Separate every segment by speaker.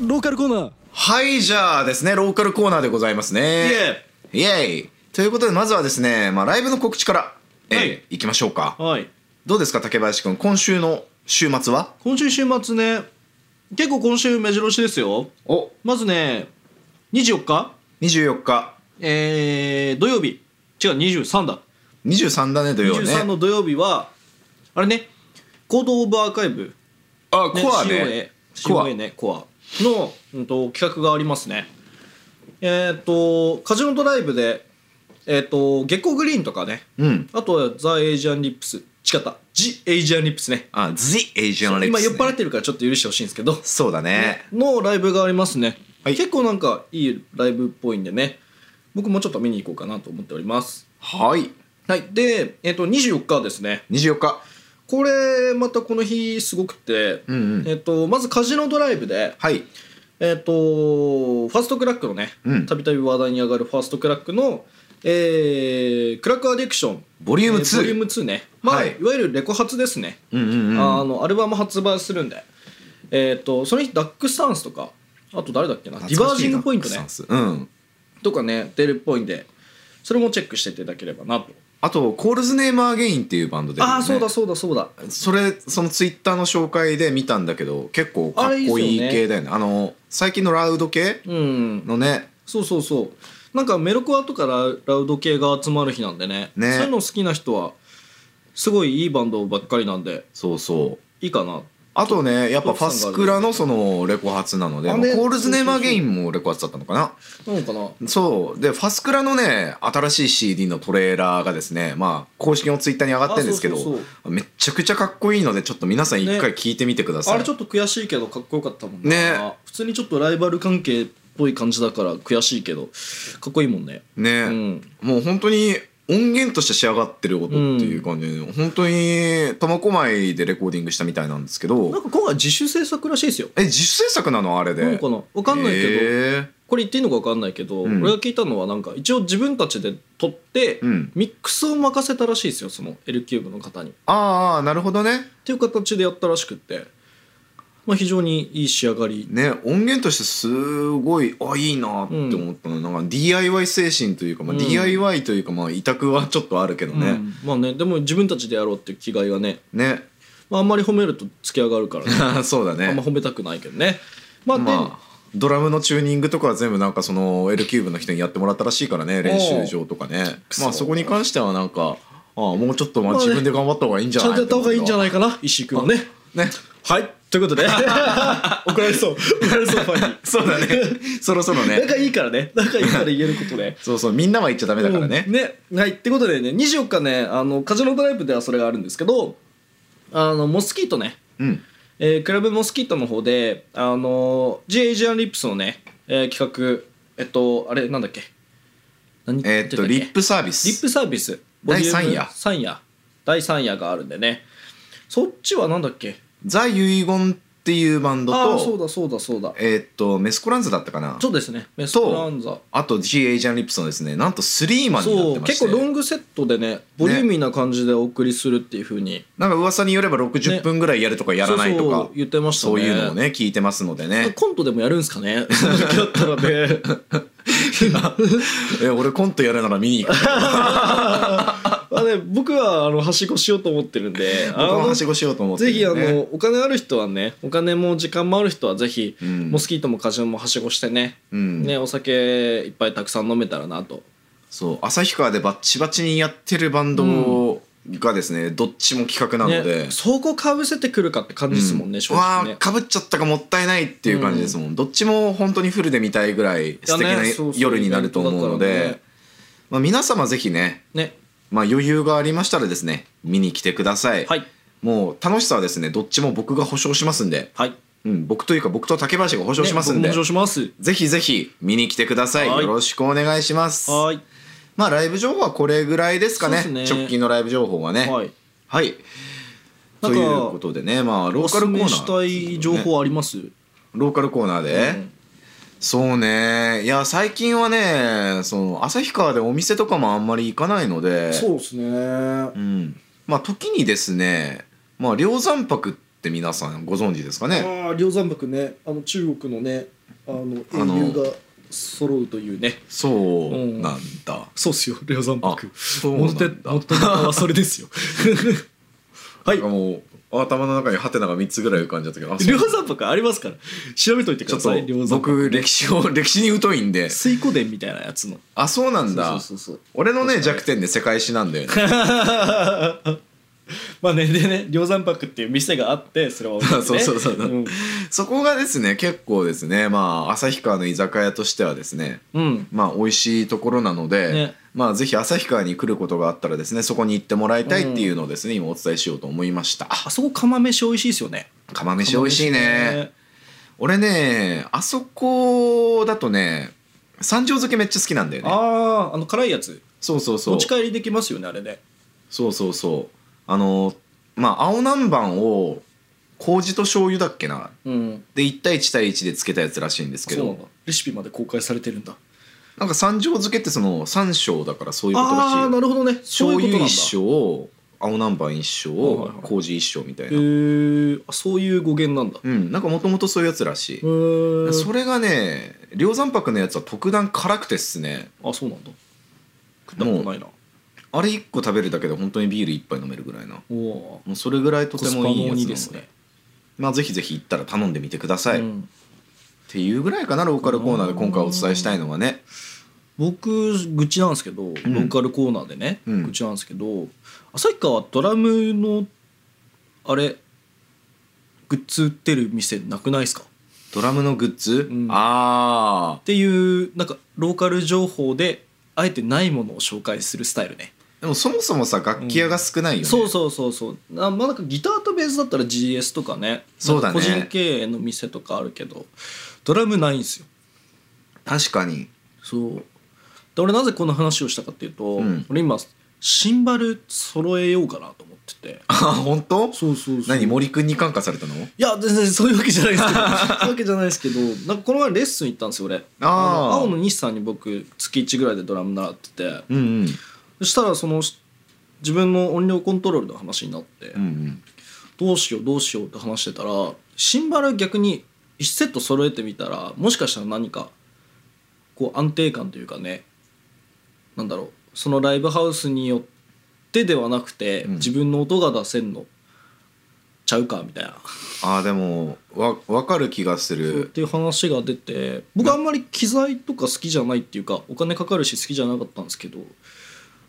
Speaker 1: ローカルコーナー
Speaker 2: はい、じゃあですね、ローカルコーナーでございますね。イエイということで、まずはですね、まあ、ライブの告知から、えー
Speaker 1: はい
Speaker 2: い、きましょうか。
Speaker 1: はい
Speaker 2: どうですか、竹林くん。今週の週末は
Speaker 1: 今週週末ね結構今週目白押しですよ
Speaker 2: お
Speaker 1: まずね24日
Speaker 2: 24日、
Speaker 1: えー、土曜日違う23だ
Speaker 2: 23だね、土曜
Speaker 1: 23
Speaker 2: ね。
Speaker 1: の土曜日はあれねコード・オブ・アーカイブ、
Speaker 2: あ、
Speaker 1: ね、
Speaker 2: コアね。コア
Speaker 1: COA ねコアの、うん、と企画がありますねえっ、とカジノドライブでえっ、と月光グリーンとかね
Speaker 2: うん。
Speaker 1: あとはザ・エイジアン・リップス違ったジ・エイジアン・リップスね
Speaker 2: あ、The Asian Rex、ね。
Speaker 1: 今酔っ払ってるからちょっと許してほしいんですけど
Speaker 2: そうだね。
Speaker 1: のライブがありますね、
Speaker 2: はい
Speaker 1: 結構なんかいいライブっぽいんでね僕もちょっと見に行こうかなと思っております
Speaker 2: はい。
Speaker 1: はいで、えっと24日はですね
Speaker 2: 24日。
Speaker 1: これまたこの日すごくて、
Speaker 2: うんうん。
Speaker 1: えっとまずカジノドライブで
Speaker 2: はい。
Speaker 1: えっ、とファーストクラックのね
Speaker 2: うん
Speaker 1: たびたび話題に上がるファーストクラックの、えークラックアディクション
Speaker 2: ボリューム
Speaker 1: えーボリュー
Speaker 2: 2。
Speaker 1: ム2ね、まあ
Speaker 2: はい
Speaker 1: い、わゆるレコ発ですね、
Speaker 2: うんうんうん。
Speaker 1: あのアルバム発売するんで、えー、とその日ダックスタンスとかあと誰だっけなディバ
Speaker 2: 懐
Speaker 1: ー
Speaker 2: かし
Speaker 1: ジ
Speaker 2: い
Speaker 1: ン
Speaker 2: な
Speaker 1: グポイント
Speaker 2: サ
Speaker 1: ね
Speaker 2: ンスうん。
Speaker 1: とかね出るっぽいんでそれもチェックしていただければなと、
Speaker 2: あと、コールズネームアゲインっていうバンドで、ね。
Speaker 1: ああそうだそうだそうだ
Speaker 2: それそのツイッターの紹介で見たんだけど結構かっこいい系だよねあの最近のラウド系
Speaker 1: うん
Speaker 2: のね
Speaker 1: そうそうそうなんかメロコアとかララウド系が集まる日なんでね
Speaker 2: ね
Speaker 1: そういうの好きな人はすごいいいバンドばっかりなんで
Speaker 2: そうそう
Speaker 1: いいかな
Speaker 2: あとねやっぱファスクラのそのレコ発なので
Speaker 1: あ
Speaker 2: まあ
Speaker 1: ね
Speaker 2: コールズネームアゲインもレコ発だったのかな
Speaker 1: なのかな
Speaker 2: そうでファスクラのね新しい CD のトレーラーがですねまあ公式のツイッターに上がってるんですけど
Speaker 1: あそうそう
Speaker 2: めっちゃくちゃかっこいいのでちょっと皆さん一回聞いてみてください、
Speaker 1: あれちょっと悔しいけどかっこよかったもんな
Speaker 2: ね
Speaker 1: 普通にちょっとライバル関係っぽい感じだから悔しいけどかっこいいもんね
Speaker 2: ね、
Speaker 1: うん
Speaker 2: もう本当に音源として仕上がってる音っていう感じで、本当に苫小牧でレコーディングしたみたいなんですけ
Speaker 1: なん
Speaker 2: ど
Speaker 1: か今回自主制作らしいですよ
Speaker 2: え自主制作なのあれで
Speaker 1: なのかなわかんないけど、
Speaker 2: へー
Speaker 1: これ言っていいのかわかんないけど、
Speaker 2: うん
Speaker 1: 俺が聞いたのはなんか一応自分たちで撮って、
Speaker 2: うん
Speaker 1: ミックスを任せたらしいですよその L キューブの方にっ
Speaker 2: ああなるほどね
Speaker 1: ていう形でやったらしくって、まあ、非常にいい仕上がり
Speaker 2: ね音源としてすごいあいいなって思ったの、なんか DIY 精神というか、ま
Speaker 1: う
Speaker 2: あ
Speaker 1: ん
Speaker 2: DIY というかまあ委託はちょっとあるけど
Speaker 1: う
Speaker 2: ね、
Speaker 1: んまあねでも自分たちでやろうっていう気概がね、
Speaker 2: ね
Speaker 1: まあ、あんまり褒めると突き上がるからね
Speaker 2: そうだ
Speaker 1: あんま
Speaker 2: ね
Speaker 1: 褒めたくないけどねまあ、で
Speaker 2: まあドラムのチューニングとかは全部なんかその L キューブの人にやってもらったらしいからね練習場とかね
Speaker 1: そ
Speaker 2: まあそこに関してはなんかああもうちょっとまあ自分で頑張った方がいいんじゃ
Speaker 1: ちゃん
Speaker 2: な
Speaker 1: と
Speaker 2: い
Speaker 1: やった方がいいんじゃ
Speaker 2: い
Speaker 1: ないかな石井君はね
Speaker 2: ね
Speaker 1: はいということで怒られそう怒られ そうファンに
Speaker 2: そう だねそろそろね
Speaker 1: 仲いいからね仲いいから言えることで
Speaker 2: そうそうみんなは言っちゃダメだからね
Speaker 1: うんねはいってことでね24日ねあのカジノドライブではそれがあるんですけどあのモスキートね、
Speaker 2: うん
Speaker 1: えークラブモスキートの方であの J エイジアンリップスのね、えー企画えっとあれなんだっけ何
Speaker 2: えーっとリップサービ
Speaker 1: リッ
Speaker 2: ス
Speaker 1: プサービス
Speaker 2: 第三夜
Speaker 1: 3夜第3夜があるんでねそっちはなんだっけ
Speaker 2: ザ・遺言っていうバンド
Speaker 1: ああーそう
Speaker 2: と
Speaker 1: だそうだそうだ
Speaker 2: えーっとメスコランズだったかな
Speaker 1: そうですねメストランザ
Speaker 2: あと G ・エイジャン・リップスのですねなんと3マンになっ
Speaker 1: そ
Speaker 2: て
Speaker 1: う
Speaker 2: まし
Speaker 1: 結構
Speaker 2: て
Speaker 1: ロングセットでねボリューミーな感じでお送りするっていうふうに
Speaker 2: なんか噂によれば60分ぐらいやるとかやらないと
Speaker 1: そう
Speaker 2: か
Speaker 1: そう言ってましたね
Speaker 2: そういうのをね聞いてますのでね
Speaker 1: コントでもやるんすかね そんな時あったら ね
Speaker 2: え俺コントやるなら見に行く
Speaker 1: まあね僕はあのはしごしようと思ってるんで
Speaker 2: 僕も
Speaker 1: あの
Speaker 2: はしごしようと思っ
Speaker 1: ぜ
Speaker 2: てるんで
Speaker 1: ひあ
Speaker 2: ね
Speaker 1: のお金ある人はねお金も時間もある人はぜひ、
Speaker 2: うん
Speaker 1: モスキートもカジノもはしごしてね,、
Speaker 2: うん
Speaker 1: ねお酒いっぱいたくさん飲めたらなと
Speaker 2: そう旭川でバッチバチにやってるバンドがですね、どっちも企画なので、
Speaker 1: ね、そこかぶせてくるかって感じですもんね、正直
Speaker 2: わ
Speaker 1: ね
Speaker 2: あかぶっちゃったかもったいないっていう感じですもん、どっちも本当にフルで見たいぐらい素敵
Speaker 1: いや
Speaker 2: な
Speaker 1: ねそうそう
Speaker 2: 夜になると思う
Speaker 1: イベ
Speaker 2: ので、
Speaker 1: ントだからね
Speaker 2: まあ、皆様ぜひね、
Speaker 1: ね
Speaker 2: まあ、余裕がありましたらですね見に来てください、
Speaker 1: はい
Speaker 2: もう楽しさはですねどっちも僕が保証しますんで、
Speaker 1: はい
Speaker 2: うん、僕というか僕と竹林が保証しますん
Speaker 1: ね
Speaker 2: で、
Speaker 1: 僕も保証します
Speaker 2: ぜひぜひ見に来てください。
Speaker 1: はい
Speaker 2: よろしくお願いします。
Speaker 1: はい
Speaker 2: まあライブ情報はこれぐらいですかね。
Speaker 1: そうですね
Speaker 2: 直近のライブ情報はね。
Speaker 1: は
Speaker 2: はい。
Speaker 1: いなん
Speaker 2: と
Speaker 1: か
Speaker 2: いうことでね、まあロ
Speaker 1: お
Speaker 2: ーカ
Speaker 1: す
Speaker 2: ル
Speaker 1: す
Speaker 2: コーナ
Speaker 1: め
Speaker 2: ー。
Speaker 1: したい情
Speaker 2: ね
Speaker 1: 報あります、
Speaker 2: ローカルコーナーで、
Speaker 1: うん
Speaker 2: そうね。いや最近はね、その旭川でお店とかもあんまり行かないので、
Speaker 1: うですね
Speaker 2: うん。まあ時にですね、まあ梁山泊って。って皆さんご存知ですかね
Speaker 1: ああ梁山泊ねあの中国のねあの
Speaker 2: あの
Speaker 1: 英雄が揃うというね
Speaker 2: そうなんだ
Speaker 1: そうっすよ梁山泊
Speaker 2: あそうなん
Speaker 1: 元
Speaker 2: だ
Speaker 1: 手元ネタはそれです よはい
Speaker 2: なんかもう頭の中にハテナが3つぐらい浮かんじゃったけどあそう
Speaker 1: 梁山泊ありますから調べといてく
Speaker 2: ちょ
Speaker 1: だ
Speaker 2: っ
Speaker 1: さい
Speaker 2: と
Speaker 1: 梁山泊
Speaker 2: 僕歴史を 歴史に疎いんで
Speaker 1: 水湖伝みたいなやつの
Speaker 2: あそうなんだ
Speaker 1: そうそうそうそう
Speaker 2: 俺のね弱点で世界史なんだよね
Speaker 1: まあねでね梁山泊っていう店があってそれは置いてね
Speaker 2: そうそうそうんそこがですね結構ですねまあ旭川の居酒屋としてはですね
Speaker 1: うん
Speaker 2: まあ美味しいところなので、
Speaker 1: ね
Speaker 2: まあぜひ旭川に来ることがあったらですねそこに行ってもらいたいっていうのをですね、今お伝えしようと思いました
Speaker 1: あそこ釜飯美味しいですよね
Speaker 2: 釜飯美味しいね俺ねあそこだとね三条漬けめっちゃ好きなんだよね
Speaker 1: あああの辛いやつ
Speaker 2: そうそうそ
Speaker 1: 持
Speaker 2: う
Speaker 1: ち帰りできますよねあれね
Speaker 2: そうそうそうあのまあ青南蛮を麹と醤油だっけな
Speaker 1: うん
Speaker 2: で1対1対1でつけたやつらしいんですけ
Speaker 1: そうなん
Speaker 2: ど
Speaker 1: だレシピまで公開されてるんだ
Speaker 2: なんか三条漬けってその三醤だからそういうことらしい
Speaker 1: ああ
Speaker 2: よ
Speaker 1: なるほどねそう
Speaker 2: 醤
Speaker 1: いうこと
Speaker 2: 油
Speaker 1: なんだ
Speaker 2: 一升青南蛮一
Speaker 1: はいはい
Speaker 2: 升
Speaker 1: はい
Speaker 2: 麹一升みたい
Speaker 1: へ
Speaker 2: な
Speaker 1: ーあそういう語源なんだ
Speaker 2: うんなんかもともとそういうやつらしい
Speaker 1: へえ
Speaker 2: それがね梁山泊のやつは特段辛くてっすね
Speaker 1: あそうなんだ食った
Speaker 2: も
Speaker 1: こと
Speaker 2: う
Speaker 1: ないな
Speaker 2: あれ1個食べるだけで本当にビール1杯飲めるぐらいな
Speaker 1: おお
Speaker 2: もうそれぐらいと
Speaker 1: ー
Speaker 2: て
Speaker 1: コスパ
Speaker 2: も
Speaker 1: の
Speaker 2: いいやつな
Speaker 1: 鬼
Speaker 2: の
Speaker 1: で
Speaker 2: です
Speaker 1: ね
Speaker 2: まあぜひぜひ行ったら頼んでみてください、
Speaker 1: う
Speaker 2: っ
Speaker 1: ん
Speaker 2: ていうぐらいかなローカルコーナーで今回お伝えしたいのはね
Speaker 1: 僕愚痴なんですけど、
Speaker 2: ん
Speaker 1: ローカルコーナーでね、
Speaker 2: うん
Speaker 1: 愚痴なんですけど旭川ドラムのあれグッズ売ってる店なくないですかっ
Speaker 2: ドラムのグッズ、
Speaker 1: うん
Speaker 2: あ
Speaker 1: ていうなんかローカル情報であえてないものを紹介するスタイルね
Speaker 2: ーでもそもそもさ楽器屋が少ないよね、
Speaker 1: そうそうそうそうあまあなんかギターとベースだったら GS とかね
Speaker 2: そうだね
Speaker 1: なんか個人経営の店とかあるけどドラムないんですよ
Speaker 2: 確かに
Speaker 1: そうで俺なぜこの話をしたかっていうと、
Speaker 2: うん
Speaker 1: 俺今シンバル揃えようかなと思ってて
Speaker 2: あ本当
Speaker 1: そうそうそう
Speaker 2: 何森くんに感化されたの
Speaker 1: いや全然そういうわけじゃないですけ どそういうわけじゃないですけどなんかこの前レッスン行ったんですよ俺の青の西さんに僕月1ぐらいでドラム習ってて
Speaker 2: うんうん
Speaker 1: そしたらその自分の音量コントロールの話になって、
Speaker 2: うんうん
Speaker 1: どうしようどうしようって話してたらシンバル逆に1セット揃えてみたらもしかしたら何かこう安定感というかねなんだろうそのライブハウスによってではなくて、
Speaker 2: うん
Speaker 1: 自分の音が出せんのちゃうかみたいな
Speaker 2: あーでもわ分かる気がす
Speaker 1: そうっ
Speaker 2: る
Speaker 1: ていう話が出て僕あんまり機材とか好きじゃないっていうかお金かかるし好きじゃなかったんですけど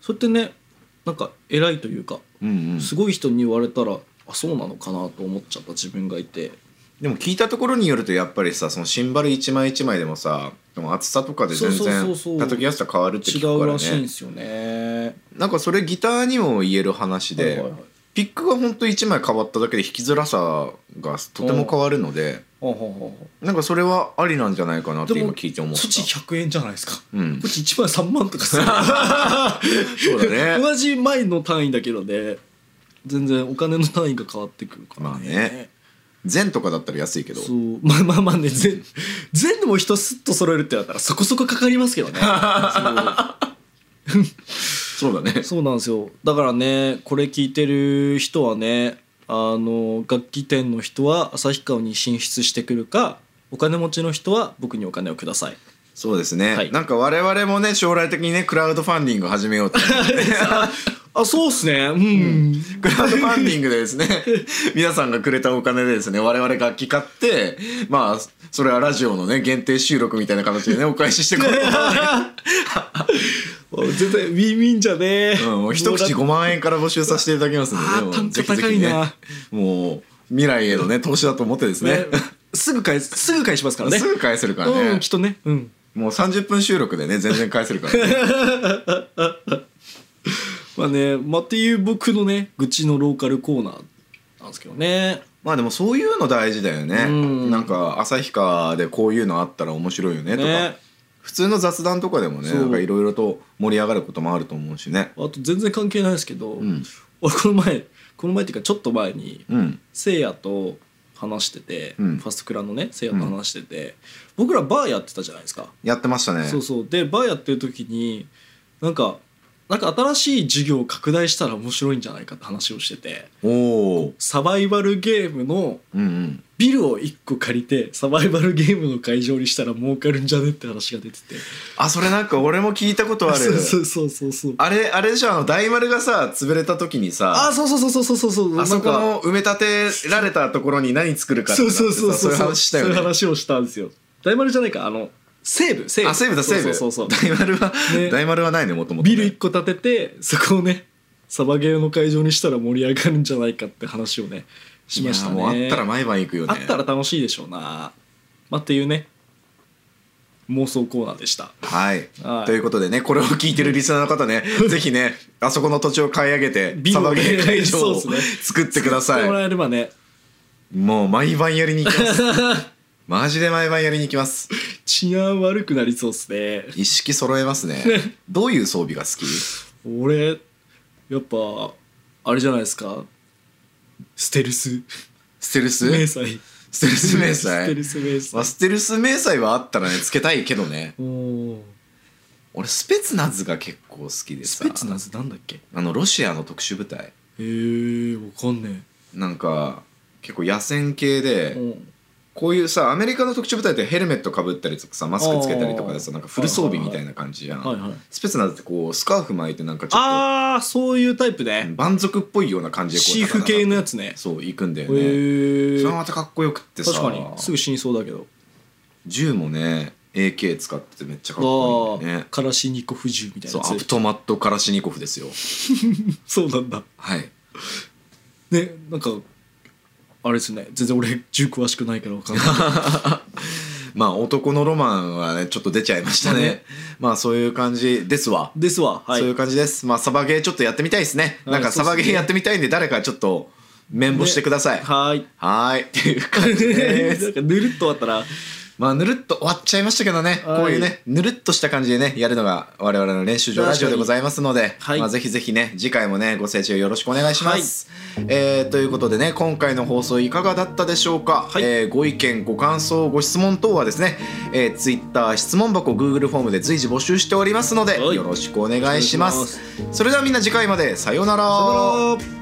Speaker 1: それってねなんか偉いというか
Speaker 2: うんうん
Speaker 1: すごい人に言われたらあそうなのかなと思っちゃった自分がいて
Speaker 2: でも聞いたところによるとやっぱりさそのシンバル一枚一枚でもさでも厚さとかで全
Speaker 1: そうそう
Speaker 2: 然
Speaker 1: そうそう
Speaker 2: 叩きやすさ変わるって聞
Speaker 1: 違
Speaker 2: くか
Speaker 1: う
Speaker 2: ら
Speaker 1: らしいんで
Speaker 2: ね
Speaker 1: すよね。
Speaker 2: なんかそれギターにも言える話で、
Speaker 1: はいはいはい
Speaker 2: ピックがほんと一枚変わっただけで弾きづらさがとても変わるので
Speaker 1: ほうほうほ
Speaker 2: なんかそれはありなんじゃないかなって今聞いて思
Speaker 1: う
Speaker 2: っ
Speaker 1: そっち
Speaker 2: た
Speaker 1: 100円じゃないですか。
Speaker 2: うん
Speaker 1: こっち1枚3万とかす る
Speaker 2: そ うだね
Speaker 1: 同じ枚の単位だけどね全然お金の単位が変わってくるから
Speaker 2: まあね全とかだったら安いけど
Speaker 1: そうまあまあまあね全全部も一スッと揃えるってなったらそこそこかかります けどね
Speaker 2: そうだね
Speaker 1: そうなんですよだからねこれ聞いてる人はねあの楽器店の人は旭川に進出してくるかお金持ちの人は僕にお金をください
Speaker 2: そうですね、
Speaker 1: はい
Speaker 2: なんか我々もね将来的にねクラウドファンディング始めよ うと思って
Speaker 1: あそうっすねうん、
Speaker 2: クラウドファンディング でですね皆さんがくれたお金でですね我々楽器買ってまあそれはラジオのね限定収録みたいな形でねお返ししてくれる、
Speaker 1: 絶対ウィンウィンじゃねえ、
Speaker 2: うん、もう一口5万円から募集させていただきますんでね
Speaker 1: あー
Speaker 2: もう
Speaker 1: 単価
Speaker 2: ぜひぜひね
Speaker 1: 高いな
Speaker 2: もう未来へのね投資だと思ってですね
Speaker 1: ねすぐ返すすぐ返しますからね
Speaker 2: すぐ返せるから
Speaker 1: う
Speaker 2: ね
Speaker 1: んきっとねうん
Speaker 2: もう30分収録でね全然返せるから ね
Speaker 1: まあねまあっていう僕のね愚痴のローカルコーナーなんですけどね
Speaker 2: まあでもそういうの大事だよね
Speaker 1: うん
Speaker 2: なんか旭川でこういうのあったら面白いよねとか
Speaker 1: ね
Speaker 2: 普通の雑談とかでもね
Speaker 1: そう
Speaker 2: なんかいろいろと盛り上がることもあると思うしね
Speaker 1: あと全然関係ないですけど、
Speaker 2: ん
Speaker 1: 俺この前この前っていうかちょっと前に
Speaker 2: うん
Speaker 1: せいやと話してて、
Speaker 2: うん
Speaker 1: ファーストクラのねせいやと話してて、僕らバーやってたじゃないですか、
Speaker 2: やってましたね
Speaker 1: そうそうでバーやってる時になんかなんか新しい事業を拡大したら面白いんじゃないかって話をしてて
Speaker 2: おお
Speaker 1: サバイバルゲームの
Speaker 2: うんうん
Speaker 1: ビルを1個借りてサバイバルゲームの会場にしたら儲かるんじゃねって話が出てて
Speaker 2: あそれなんか俺も聞いたことある
Speaker 1: そうそうそうそうそう
Speaker 2: あれあれでしょあの大丸がさ潰れた時にさ
Speaker 1: あそうそうそうそうそうそうそう
Speaker 2: あそこ
Speaker 1: なんか
Speaker 2: の埋め立てられたところに何作るかって
Speaker 1: そ
Speaker 2: な
Speaker 1: う
Speaker 2: ってさ
Speaker 1: そうそう
Speaker 2: そういう話したよ
Speaker 1: そういう
Speaker 2: ね
Speaker 1: 話をしたんですよ大丸じゃないかあの西武西武
Speaker 2: あ西武だ西武
Speaker 1: そうそうそうそう
Speaker 2: 大丸は、
Speaker 1: ね
Speaker 2: 大丸はないねもともと
Speaker 1: ビル1個建ててそこをねサバゲーの会場にしたら盛り上がるんじゃないかって話をねしましたね
Speaker 2: もうあったら毎晩行くよ
Speaker 1: あ
Speaker 2: ね
Speaker 1: ったら楽しいでしょうな、まあ、っていうね妄想コーナーでした
Speaker 2: はい、
Speaker 1: はい
Speaker 2: ということでねこれを聞いてるリスナーの方ねぜひねあそこの土地を買い上げて
Speaker 1: ビル
Speaker 2: サ
Speaker 1: を
Speaker 2: バ
Speaker 1: ね
Speaker 2: ゲー会場を
Speaker 1: そうですね
Speaker 2: 作ってくださ
Speaker 1: 作っても
Speaker 2: い
Speaker 1: らえればね
Speaker 2: もう毎晩やりに行きます マジで毎晩やりに行きます
Speaker 1: 治安悪くなりそうっすね
Speaker 2: 一式揃えますねどういう装備が好き
Speaker 1: 俺やっぱあれじゃないですかステルス
Speaker 2: ステルス
Speaker 1: 迷彩
Speaker 2: ステルス迷
Speaker 1: ステル
Speaker 2: 彩
Speaker 1: ス迷
Speaker 2: ま
Speaker 1: 彩
Speaker 2: あ、ステルス迷彩はあったらねつけたいけどね
Speaker 1: おー
Speaker 2: 俺スペツナズが結構好きで
Speaker 1: ス
Speaker 2: さ
Speaker 1: ペッツナズなんだっけへ
Speaker 2: あのロシアの特殊部隊
Speaker 1: えー、わかんね
Speaker 2: なんか結構野戦系
Speaker 1: え
Speaker 2: で
Speaker 1: うん
Speaker 2: こういうさアメリカの特殊部隊ってヘルメットかぶったりとかさマスクつけたりとかで
Speaker 1: あ
Speaker 2: さ
Speaker 1: ー
Speaker 2: なんかフル装備みたいな感じじゃん、
Speaker 1: はいはい
Speaker 2: スペツナズってこうスカーフ巻いてなんかちょっ
Speaker 1: あーそういうタイプ
Speaker 2: と
Speaker 1: ね
Speaker 2: 蛮族っぽいような感じでこう
Speaker 1: シーフ系のやつね
Speaker 2: そう行くんだ
Speaker 1: へ
Speaker 2: よ
Speaker 1: え
Speaker 2: ね、それが
Speaker 1: ー、
Speaker 2: またかっこよくってさ
Speaker 1: 確かにすぐ死にそうだけど
Speaker 2: 銃もね AK 使っててめっちゃかっ
Speaker 1: あ
Speaker 2: こ
Speaker 1: あ
Speaker 2: いいんだよね
Speaker 1: カラシニコフ銃みたいな
Speaker 2: そう
Speaker 1: や
Speaker 2: アプ
Speaker 1: つ
Speaker 2: トマット・カラシニコフですよ
Speaker 1: そうなんだ
Speaker 2: はい
Speaker 1: ねなんかあれですね全然俺銃詳しくないからわかんない
Speaker 2: まあ男のロマンはねちょっと出ちゃいましたねまあそういう感じです わ、
Speaker 1: ですわはい
Speaker 2: そういう感じですまあサバゲーちょっとやってみたいですね、
Speaker 1: はい
Speaker 2: なんか
Speaker 1: そう
Speaker 2: サ
Speaker 1: っすね
Speaker 2: バゲーやってみたいんで誰かちょっと綿棒してください、
Speaker 1: はーい
Speaker 2: はーいっていう感じ で
Speaker 1: な
Speaker 2: す
Speaker 1: んかぬるっと終わったら
Speaker 2: まあぬるっと終わっちゃいましたけどね、
Speaker 1: はい
Speaker 2: こういうねぬるっとした感じでねやるのが我々の練習場ラジオでございますので、
Speaker 1: はい
Speaker 2: まあ、ぜひぜひね次回もねご清聴よろしくお願いします、えーということでね今回の放送いかがだったでしょうか、
Speaker 1: い
Speaker 2: えーご意見ご感想ご質問等はですね、えー、Twitter 質問箱 Google フォームで随時募集しておりますので、
Speaker 1: はい
Speaker 2: よろしくお願いします
Speaker 1: お
Speaker 2: それではみんな次回までさようなら
Speaker 1: さよなら